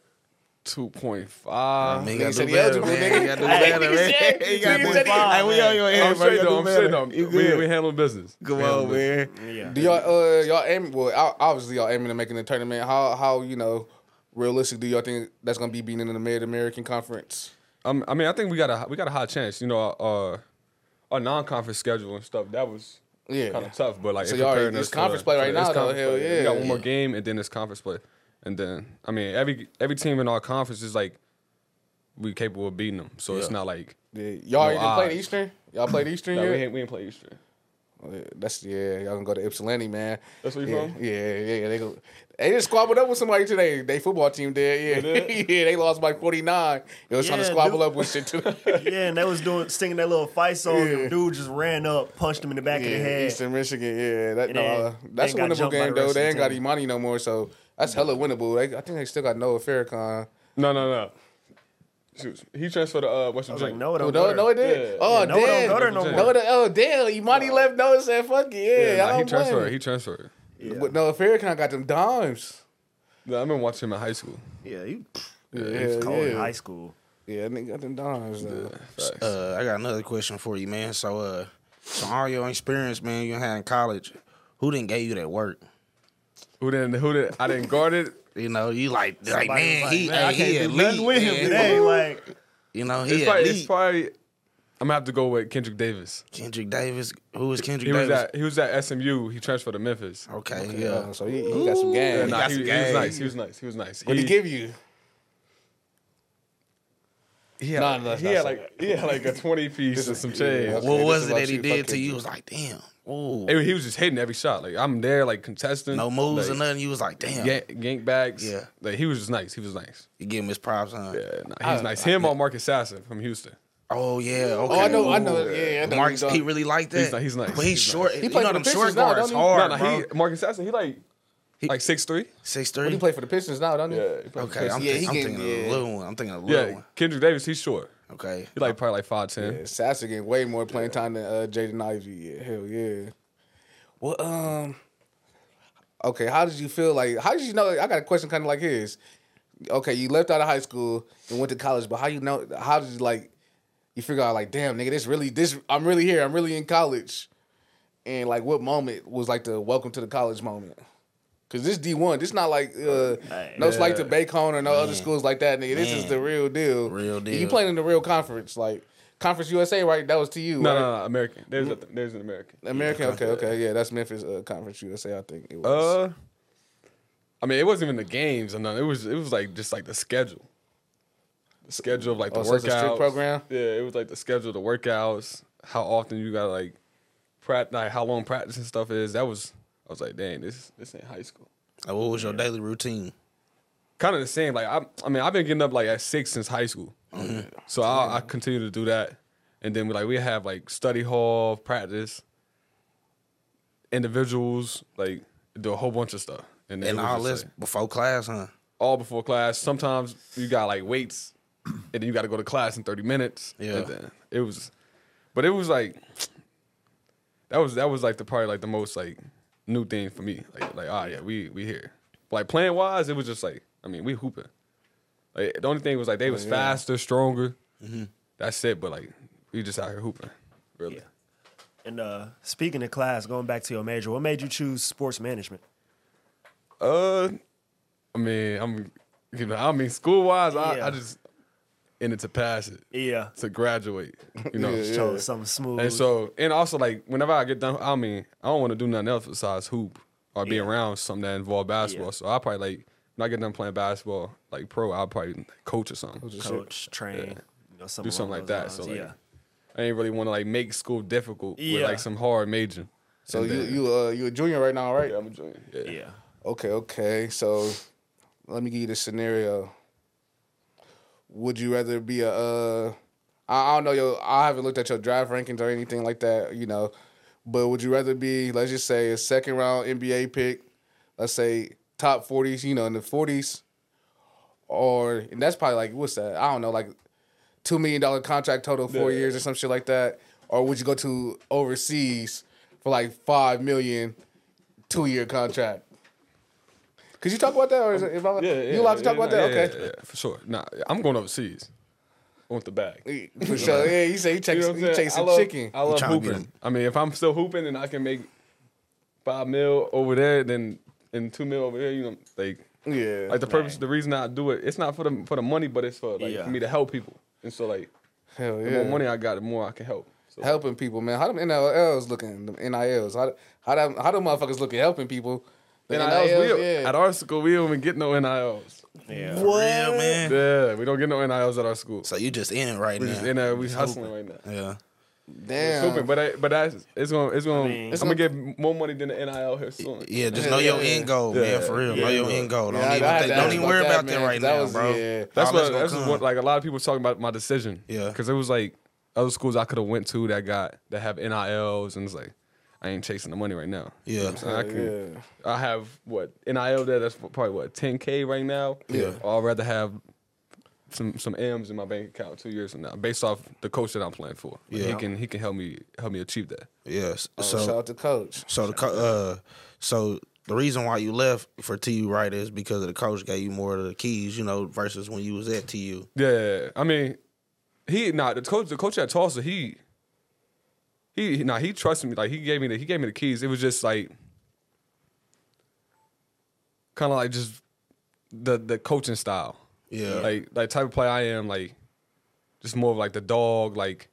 two point five.
Man, you
Nigga
gotta do
said he
better,
eligible,
man. You
nigga.
gotta do
Hey,
better,
nigga
man.
said-
You
nigga
gotta do
said he-
Hey, we on your
I'm
head, bro.
straight
You gotta
though.
do
I'm straight
better.
though.
You
We, we
good.
handling business. We
Come
handling
on,
business.
man.
Yeah.
do y'all, uh, y'all aim, well, ob- obviously y'all aiming to making the tournament. How, how, you know, realistic do y'all think that's going to be being in the Mid American Conference?
I'm, Um, I mean, I think we got a we got a high chance. You know, our, uh, our non-conference schedule and stuff that was
Yeah.
kind of tough. But like,
So
in
y'all
comparing
already- it's
us
conference
to-
play
to
right
this
now, though,
conference
hell
play,
yeah.
We got one more game and then it's conference play, and then I mean, every every team in our conference is like we capable of beating them. So it's not like
Yeah, y'all already
No
played
odds.
Eastern. Y'all played Eastern
Nah, we
yet?
ain't we ain't play Eastern.
Yeah, That's yeah. Y'all can go to Ypsilanti, man.
That's where you
yeah,
from?
Yeah, yeah, yeah. They go. They just squabbled up with somebody today. They football team did. Yeah, yeah. They lost by forty nine. They was trying to
Yeah,
squabble
dude.
up with shit too.
Yeah, and they was doing singing that little fight song. and
Yeah.
dude just ran up, punched him in the back of the
yeah,
head.
Eastern Michigan. Yeah, that
And
no,
then
uh, that's a
they got
winnable
jumped by the
game though.
rest
They
of
ain't
the
got
team.
Imani no more, so that's hella winnable. They, I think they still got Noah Farrakhan.
No, no, no. Shoot, he transferred to uh, West
I was like,
Virginia.
no, it
Oh,
don't
no,
go
no, it
there.
did.
Yeah.
Oh,
Yeah, Noah don't
damn.
go there no
more.
Noah, oh, damn. Imani left Noah and said, "Fuck it, yeah."
Yeah,
I
nah, he
don't blame
transferred.
him.
He transferred.
Yeah.
But Noah Farrakhan got them dimes.
Yeah, I remember watching him in high school.
Yeah, he,
Yeah,
he was cold in
yeah.
high school.
Yeah, that nigga got them dimes. though.
Facts.
Uh, I got another question for you, man. So, uh, so all your experience, man, you had in college, who didn't get you that work?
Who didn't? Who did? I didn't guard it.
You know, you like, like
Somebody
man,
was
he,
like, man,
hey, he elite,
nothing with him
man.
today. Like,
You know, he
It's probably, it's
elite.
probably. I'm gonna have to go with Kendrick Davis.
Kendrick Davis, who is Kendrick
He was uh,
Davis?
at he was at SMU. He transferred to Memphis.
Okay,
Yeah,
yeah.
Oh, so he, he got some game.
Yeah,
he
nah,
got
he,
some
he was
Oh, game.
nice. He was nice. He was nice.
What he give you?
he had,
Nah, that's
he
not
had
so
like he had like a twenty piece and some change.
yeah.
what
Okay,
was
this
it
about
that he
you,
did
fuck
to
it.
you? It was like, damn, ooh,
And he was just hitting every shot. Like I'm there, like contesting.
no moves or
like,
nothing. You was like, damn,
ga- gank bags.
Yeah.
like he was just nice. He was nice.
you give him his props, huh?
Yeah, nah, he was nice. Him or Marcus Sasson from Houston.
Oh yeah, okay.
Oh, I know, I know.
Ooh.
Yeah, I know.
Marcus
you
Pete
done-
really like that.
He's ni- he's nice.
But he's,
He's nice.
short.
He
You
played
know
for
them
the
short
Pistons now,
guards
don't he?
hard,
nah, nah,
bro.
he Marcus Sasson. He like like six three.
Six
He
three.
played for the Pistons now, don't he?
Okay, I'm,
Yeah,
thi-
he
I'm thinking
getting-
of a
yeah.
little one. I'm thinking of a little
Yeah,
one.
Kendrick Davis. He's short.
Okay.
He like probably like five ten.
Yeah, Sasser getting way more playing time than uh, Jaden Ivey. Yeah, hell yeah. Well, um, okay. How did you feel like? How did you know? I got a question kind of like his. Okay, you left out of high school and went to college, but how you know? How did you like? You figure out like, damn, nigga, this really, this I'm really here. I'm really in college. And like, what moment was like the welcome to the college moment? Cause this D one, this not like uh,
Hey.
no, it's like the Bacon or no other schools like that, nigga. This is
Man.
the real deal.
Real
And You
deal.
playing in the real conference, like Conference USA, right? That was to you,
No,
right?
no, no, American. There's a, there's an American.
American, okay, okay, yeah, that's Memphis uh, Conference USA, I think it was.
Uh, I mean, it wasn't even the games or nothing. It was it was like just like the schedule, the schedule of like the
Oh, so it's a strict
workouts
program?
Yeah, it was like the schedule, the workouts, how often you got to like practice, like how long practice and stuff is. That was I was like, dang, this this ain't high school.
Now, what was your daily routine?
Kind of the same. Like I, I mean, I've been getting up like at six since high school, so I, I continue to do that. And then we like we have like study hall practice, individuals like do a whole bunch of stuff, then
And
it was
all
just,
this
like-
before class, huh?
all before class. Sometimes you got like weights, and then you got to go to class in thirty minutes.
Yeah.
And then it was, but it was like that was that was like the probably like the most like new thing for me. Like like ah yeah we we here. But like playing wise, it was just like I mean we hooping. Like the only thing was like they was faster, stronger. That's it. But like we just out here hooping, really.
Yeah. And uh, speaking of class, going back to your major, what made you choose sports management?
Uh, I mean I'm, you know I mean school wise I,
Yeah.
I just in it to pass it.
Yeah,
to graduate. You know.
chose something smooth.
And so and also like whenever I get done, I mean, I don't want to do nothing else besides hoop or be
Yeah.
around something that involve basketball.
Yeah.
So I probably like when I get done playing basketball, like pro, I'll probably coach or something.
Coach, train, you know, something
do something
along
like that.
those
So
lines.
like
yeah,
I ain't really want to like make school difficult with
Yeah.
like some hard major.
so
And
you
then-
you uh you a junior right now, right?
yeah, I'm enjoying it. Yeah.
yeah.
Okay, okay. So let me give you the scenario. Would you rather be a uh I I don't know your I haven't looked at your draft rankings or anything like that, you know. But would you rather be, let's just say, a second round NBA pick, let's say top forties, you know, in the forties, or and that's probably like what's that? I don't know, like two million dollar contract total four
Yeah.
years or some shit like that. Or would you go to overseas for like five million, two year contract? Could you talk about that, or is it, if I, you allowed to talk
yeah,
about that?
yeah,
okay.
yeah, yeah, for sure. Nah, I'm going overseas. I want the bag.
For sure, yeah. You say you chase,
You know what I'm
you
saying?
chasing
I love,
chicken.
I love
trying to get
hooping.
him.
I mean, if I'm still hooping and I can make five mil over there, then and two mil over here, you know, like
yeah,
like the purpose, the reason I do it, it's not for the for the money, but it's for like
Yeah.
me to help people. And so like
Hell
the
yeah.
more money I got, the more I can help. So
helping people, man. How them NILs looking? Them NILs. How how them, how them motherfuckers looking helping people? The
NILs, we don't-
yeah.
At our school, we don't even get no NILs.
Yeah.
For real, man.
Yeah, we don't get no NILs at our school.
So you just in it right
We're
now.
just in there, we hustling right now.
Yeah.
Damn.
Stupid, but I, but that's it's gonna it's gonna
mean-
I'm gonna get more money than the NIL here soon.
Yeah, just know your
yeah.
end goal, man. For real, know
yeah.
your end goal. Don't
Yeah, I-
even,
I had
think,
to
don't
ask
even
about
worry
that,
about
man,
that right
'cause that
now,
was-
bro.
yeah.
That's
All
what
gonna
that's
come.
what like a lot of people was talking about my decision.
Yeah.
because it was like other schools I could have went to that got that have NILs and it's like I ain't chasing the money right now. You know
Yeah.
what I'm saying? I could,
yeah.
I have what NIL there. That's probably what 10k right now.
Yeah.
or I'd rather have some some M's in my bank account two years from now, based off the coach that I'm playing for. Like,
Yeah.
he can he can help me help me achieve that.
Yes.
So,
So
shout out to coach.
So the co- uh, so the reason why you left for TU right is because of the coach gave you more of the keys, you know, versus when you was at TU.
Yeah, I mean, he nah the coach the coach at Tulsa he he nah he trusted me like he gave me the he gave me the keys. It was just like kind of like just the the coaching style.
Yeah.
like like type of player I am like just more of like the dog like.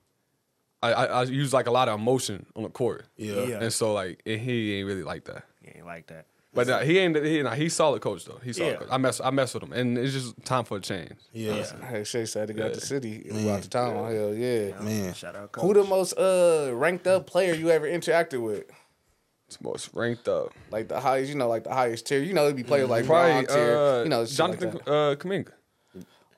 I, I, I use like a lot of emotion on the court,
Yeah.
Yeah.
and so like and he ain't really like that.
You ain't like that.
But nah, he ain't he, nah, he's solid coach though. He's solid
Yeah.
coach. I mess I mess with him, and it's just time for a change.
Yeah.
Hey, Shay said to go out the city, go out the town. Hell yeah.
Man.
Shout out
Who
coach.
the most uh ranked up player you ever interacted with?
It's most ranked up.
Like the highest, you know, like the highest tier. You know, it'd be players like
Probably
bronze tier.
uh,
you know, shit like
Jonathan
that.
uh, Kaminga.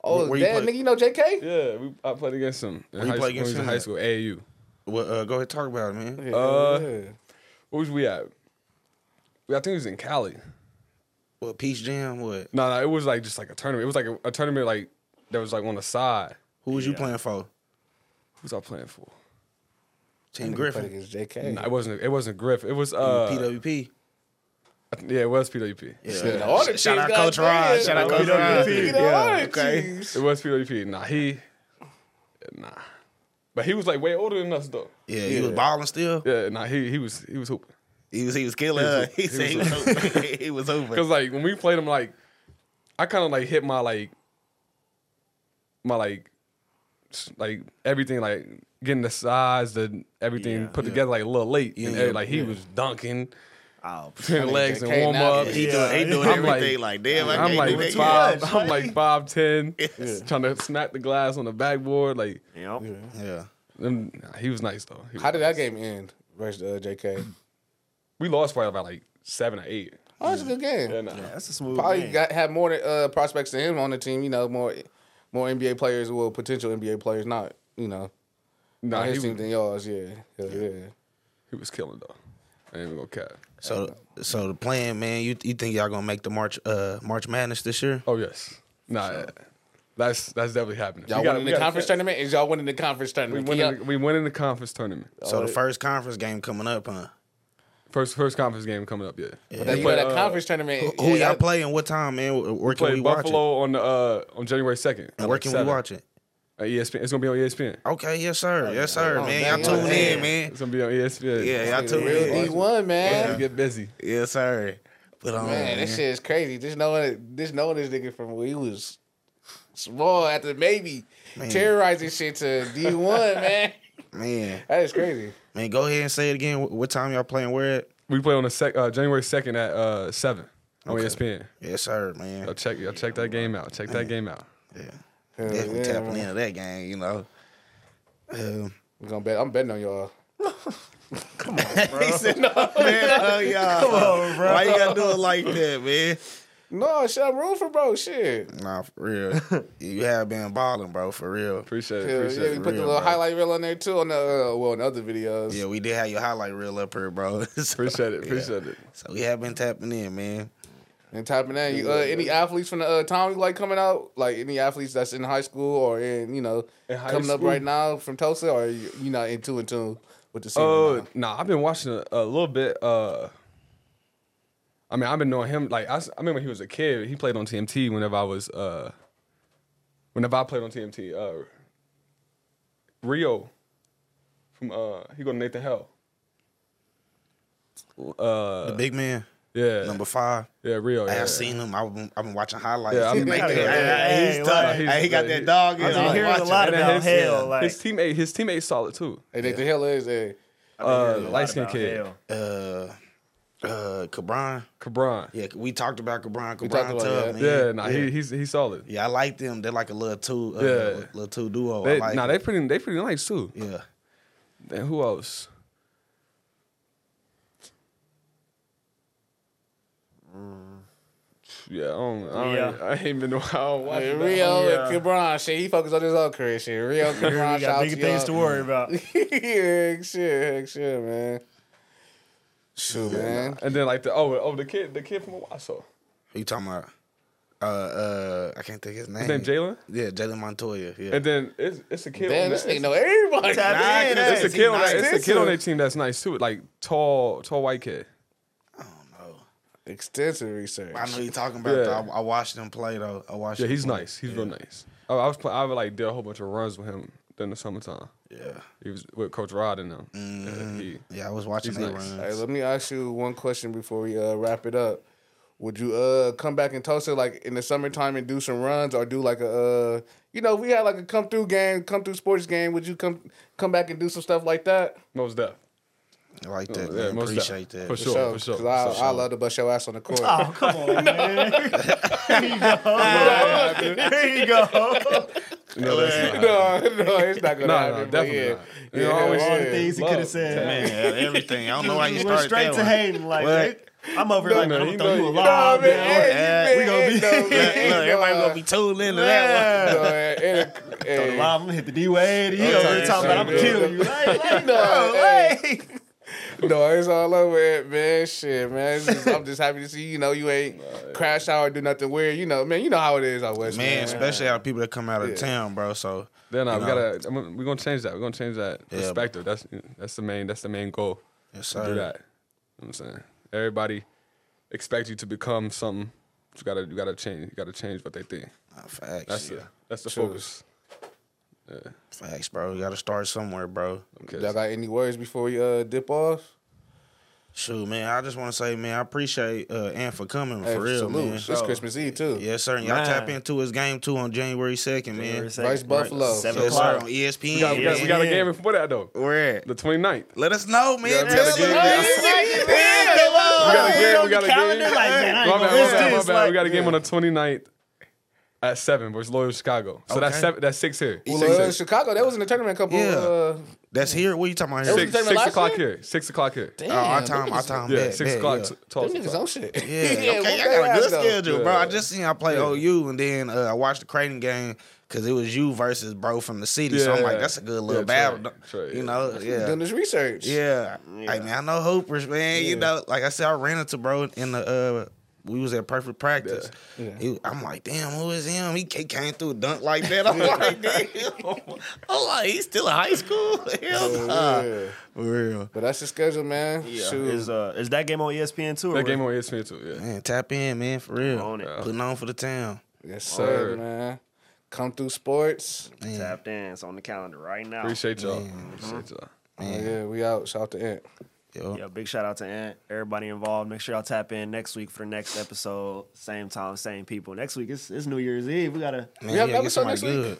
Oh,
where you
that
play-
nigga, you know JK?
Yeah, we, I played against him.
you
In high
play against
school, when he was in
him
high
at?
school, AAU.
Well, uh, go ahead talk about it, man.
Yeah,
Uh,
yeah.
Where was we at? We- I think it was in Cali.
Well, Peace Jam, what?
No, no, it was like just like a tournament. It was like a, a tournament like that was like on the side.
Who was you playing for?
Who's I playing for?
Team
Played
Griffin,
against JK.
No, it wasn't. It wasn't Griff. It was uh,
PWP.
I think- Yeah, it was PWP.
Shit, all the
Shout out
teams
Coach
got
Rod.
played.
Shout out
Oh,
Coach Rod.
PWP.
You know, all
Yeah.
the
Okay.
teams.
It was PWP. Nah, he, nah, but he was like way older than us though.
Yeah, he was balling still.
Yeah, nah, he he was he was hooping.
He was he was killing. her. He said he was over. he was over.
Cause like when we played him, like I kind of like hit my like my like s- like everything like getting the size, the everything
Yeah.
put together like a little late. and
yeah,
every- like he was dunking
Oh,
between the legs and
JK
warm
now
up.
is-
He doing, he doing
I'm like-
everything like, damn. I
I'm
can't do
like
that.
five.
much,
I'm
buddy.
like five ten, trying to smack the glass on the backboard. Like
yep.
Yeah.
them- nah, he was nice though. He was
How did
nice.
that game end versus uh, JK?
We lost probably by like seven or eight.
Oh, that's a good game.
Yeah, nah.
That's a smooth
Probably
man.
got had more uh, prospects than him on the team. You know, more more NBA players, well, potential NBA players, not you know,
Nah,
on
he
his team
was,
than yours. Yeah, Hell yeah.
he was killing though. I ain't even gonna cap.
So so the plan, man. You you think y'all gonna make the March uh March Madness this year?
Oh yes, nah, that's that's definitely happening.
Y'all
We gotta-
winning
we
the
gotta
conference
catch-
tournament? Is y'all winning the conference
We
tournament?
win,
Y'all-
the, we win in the conference tournament.
So the first conference game coming up, huh?
First first conference game coming up. Yeah,
But then you
play,
know that
uh,
conference tournament.
Who
yeah,
y'all play and what time, man? Where- Where can
play
we watch it?
Buffalo on the uh, on January second. E
And where can we watch it?
ESPN. It's gonna be on ESPN.
Okay, yes sir, yes sir, Oh, man.
man,
Y'all tune
yeah.
in, man.
It's gonna be on E ESPN.
Yeah, y'all
The
tune
real D
in.
one
You
man.
get busy.
Yes sir. um, Put on,
Man,
man.
this shit is crazy. Just knowing, just knowing this nigga from when he was small after maybe terrorizing shit to D one man.
man.
That is crazy.
Man, go ahead and say it again. Wh- What time y'all playing? Where at?
We play on the sec- uh, January second at uh, seven on
Okay.
ESPN.
Yes sir,
Y'all
man.
check y'all check that game out. Check that game out.
Yeah,
Hell
definitely
yeah,
tapping
man.
into that game, you know. Um,
I'm gonna bet. I'm betting on y'all.
he said, no, man, oh, y'all. Come on, bro. Why you gotta do it like that, man?
No, shit, I'm rooting for bro. Shit.
Nah, for real. you have been balling, bro, for real.
Appreciate it.
Yeah,
appreciate
yeah, we
it.
put the
real,
little
bro.
highlight reel on there too on the uh, well on the other videos.
Yeah, we did have your highlight reel up here, bro. so,
Appreciate it. Appreciate it.
so we have been tapping in, man.
And typing that, you, uh, any athletes from the uh, town you like coming out, like any athletes that's in high school or in you know
In high
coming up
school?
right now from Tulsa, or you, you not in two and two with the scene?
Oh,
now?
nah, I've been watching a, a little bit. Uh, I mean, I've been knowing him. Like, I, s- I remember he was a kid. He played on TMT whenever I was, uh, whenever I played on TMT. Uh, Rio, from uh, he go to Nathan Hell. Uh,
The big man.
Yeah.
Number five.
yeah, Rio.
I
yeah.
have seen him. I've been, I've been watching highlights.
Yeah, I've
he
been-
make
Yeah,
that.
yeah,
hey,
he's
he's
tough.
tough.
He's-
Hey, he got that dog. in
I've been
him.
hearing a
Watch
lot
him.
about
his-
hell.
yeah.
Like,
his teammate. His teammate's solid too.
Hey, Nick the Hill is a
Uh,
a lot
light skinned
about
kid,
hell.
Uh, uh, Cabron.
Cabron. Yeah,
Yeah, we talked about Cabron.
talked
Cabron
about
tough, man.
that.
nah, He, he's he's solid.
Yeah, I like them. They're like a little two, uh,
Yeah.
little two duo.
They,
I like
nah,
them.
they pretty they pretty nice too.
yeah.
Then who else? Mm, Yeah, I don't. I, don't,
Yeah.
I ain't been. I don't watch
Hey,
it.
Rio
yeah.
and Cabron shit. He focused on his own career shit. Rio Cabron
We
shout out
got bigger
to
things to
y'all.
worry about.
yeah, heck shit, heck shit, man. Shoot, man.
And then like the oh oh the kid the kid from Owasso.
Who you talking about? Uh, uh, I can't think his name.
His name Jalen.
Yeah, Jalen Montoya. Yeah.
And then it's it's a kid.
Damn,
on
this
that-
nigga know everybody.
Tap
Nah,
in,
cause
hey.
It's a kid on
Nice.
that. It's a kid on their team that's nice too. Like tall tall white kid.
Extensive research.
I know you talking about.
Yeah.
though. I, I watched him play though. I watched.
Yeah, he's
him
Mm.
play.
nice. He's real nice. Oh, I, I was play, I would like did a whole bunch of runs with him during the summertime.
Yeah,
He was with Coach Rod and them.
Mm.
Yeah, he-
yeah. I was watching
He's
that
nice.
run.
All right, let me ask you one question before we uh, wrap it up. Would you uh come back and toast it like in the summertime and do some runs or do like a uh you know if we had like a come through game, come through sports game? Would you come come back and do some stuff like that?
Most def.
I like that.
yeah,
man.
most
Appreciate
definitely.
that.
For sure.
So,
sure,
'cause I,
for
I love to bust your ass on the court.
Oh, come on, man. There you go. There you go.
No, that's not.
no, no, it's not gonna
No,
happen.
no,
but
definitely
yeah.
not. You know,
Yeah,
always
yeah.
All the things he
Love.
could have said, man.
Man, everything. I don't know why you
He
started
went straight
that
to
one.
hating. Like,
What?
I'm over here like,
no,
I'm gonna
you
throw
know
you a
you-
lob.
Nah, man,
man.
hey,
Yeah,
man,
we gonna be-
hey, no, man,
Look,
hey,
look, everybody
no,
gonna be tuned into that
Yeah.
one.
no, man, it-
Throw
hey.
the lob, I'm gonna hit the D Wade. He
Okay,
over here talking about I'm gonna
sorry,
kill
dude.
you. Like, like,
No,
no,
hey.
like.
No, it's all over it, man. Shit, man. It's just- I'm just happy to see you know you ain't crash out or do nothing weird. You know, man. You know how it is out west,
Man,
man.
especially out of people that come out of town, bro. So
Then uh,
you
we
know,
gotta. I'm, gonna- we gonna change that. We're gonna change that perspective. That's that's the main. That's the main goal.
yes,
to
sir.
do that. You know what I'm saying everybody expects you to become something. You gotta you gotta change. You gotta change what they think.
Nah, facts.
That's
yeah.
the that's the
True.
focus.
Facts, bro. You gotta start somewhere, bro.
Okay.
Y'all got any words before we uh, dip off?
Shoot, man. I just want to say, man, I appreciate uh, Ant for coming
Hey,
for real,
salute.
man.
It's Christmas Eve too.
Yes, sir. And y'all
Man.
tap into his game too on January second, man.
Vice Buffalo.
Seven
Yes, sir.
o'clock.
On E ESPN.
We got, we got, we got a game before that though.
Where at?
The 29th.
Let us know, man.
Yeah,
Tell us.
man.
We got a game.
on
We
the
got a
calendar,
game.
like, man, I ain't
My
gonna
bad, my
miss
bad, my
this,
bad.
like-
we got a game on the 29th at seven versus Loyal Chicago. So that's
Okay.
seven. That's six here.
Well,
Six
uh,
here.
Chicago, that was in the tournament a couple.
Yeah.
Uh,
That's here. What you talking about here?
Six,
tournament
six
last
o'clock
year?
here. Six o'clock here.
Oh, our
Damn,
time,
them
our
niggas-
time.
Yeah,
bet,
six
bet,
o'clock.
yeah.
t-
Them
Talk.
niggas on shit.
Yeah, okay, I got a good schedule, bro. I just seen I play OU, and then uh, I watched the Creighton game because it was you versus bro from the city. So I'm
Yeah.
like, that's a good little
Yeah, Trey,
battle,
Trey,
you
yeah.
know?
Doing
Yeah.
this research.
yeah, Hey man, I know hoopers, man. You know, like I said, I ran into bro in the. uh we was at perfect practice. He- I'm like, damn, who is him? He ca- came through dunk like that. I'm like, damn. I'm like, he's still in high school. Hell nah.
Yeah.
For real.
But that's the schedule, man.
Yeah.
Shoot.
Is, uh, is that game on ESPN too? or
That game
where-
on E ESPN too. Yeah.
Man, tap in, man, for real.
On it.
Putting on for the town.
yes, sir,
Word.
man. Come through sports.
Man.
Tap dance on the calendar right now.
Appreciate y'all. Appreciate y'all.
Oh, yeah, we out. Shout out to Ant.
Yo.
Yeah, big shout out to Ant, everybody involved. Make sure y'all tap in next week for the next episode. Same time, same people. Next week it's, it's New Year's Eve. We gotta.
Man,
We have
yeah,
an
get
episode
somebody
next week?
good.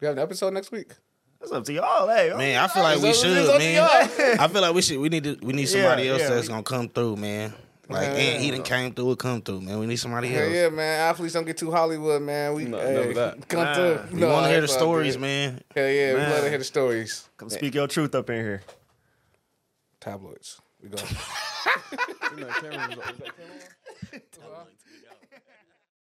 We have an episode next week.
That's up to y'all. Hey,
Man, I feel like we
It's up-
should,
it's up to
man. I feel like we should. We need to. We need somebody
Yeah,
else
yeah,
that's
we-
gonna come through, man. Like,
Yeah,
and he done came through, or come through, man. We need somebody
Yeah,
else.
yeah, man. Athletes don't get too Hollywood, man. We
No,
hey,
never that.
come
Nah.
through.
We
No,
want to hear the
that's all
stories,
good.
man.
Hell yeah, we
Nah.
love to hear the stories.
come speak your truth up in here.
Tabloids. We go.
Isn't that camera- is that camera on?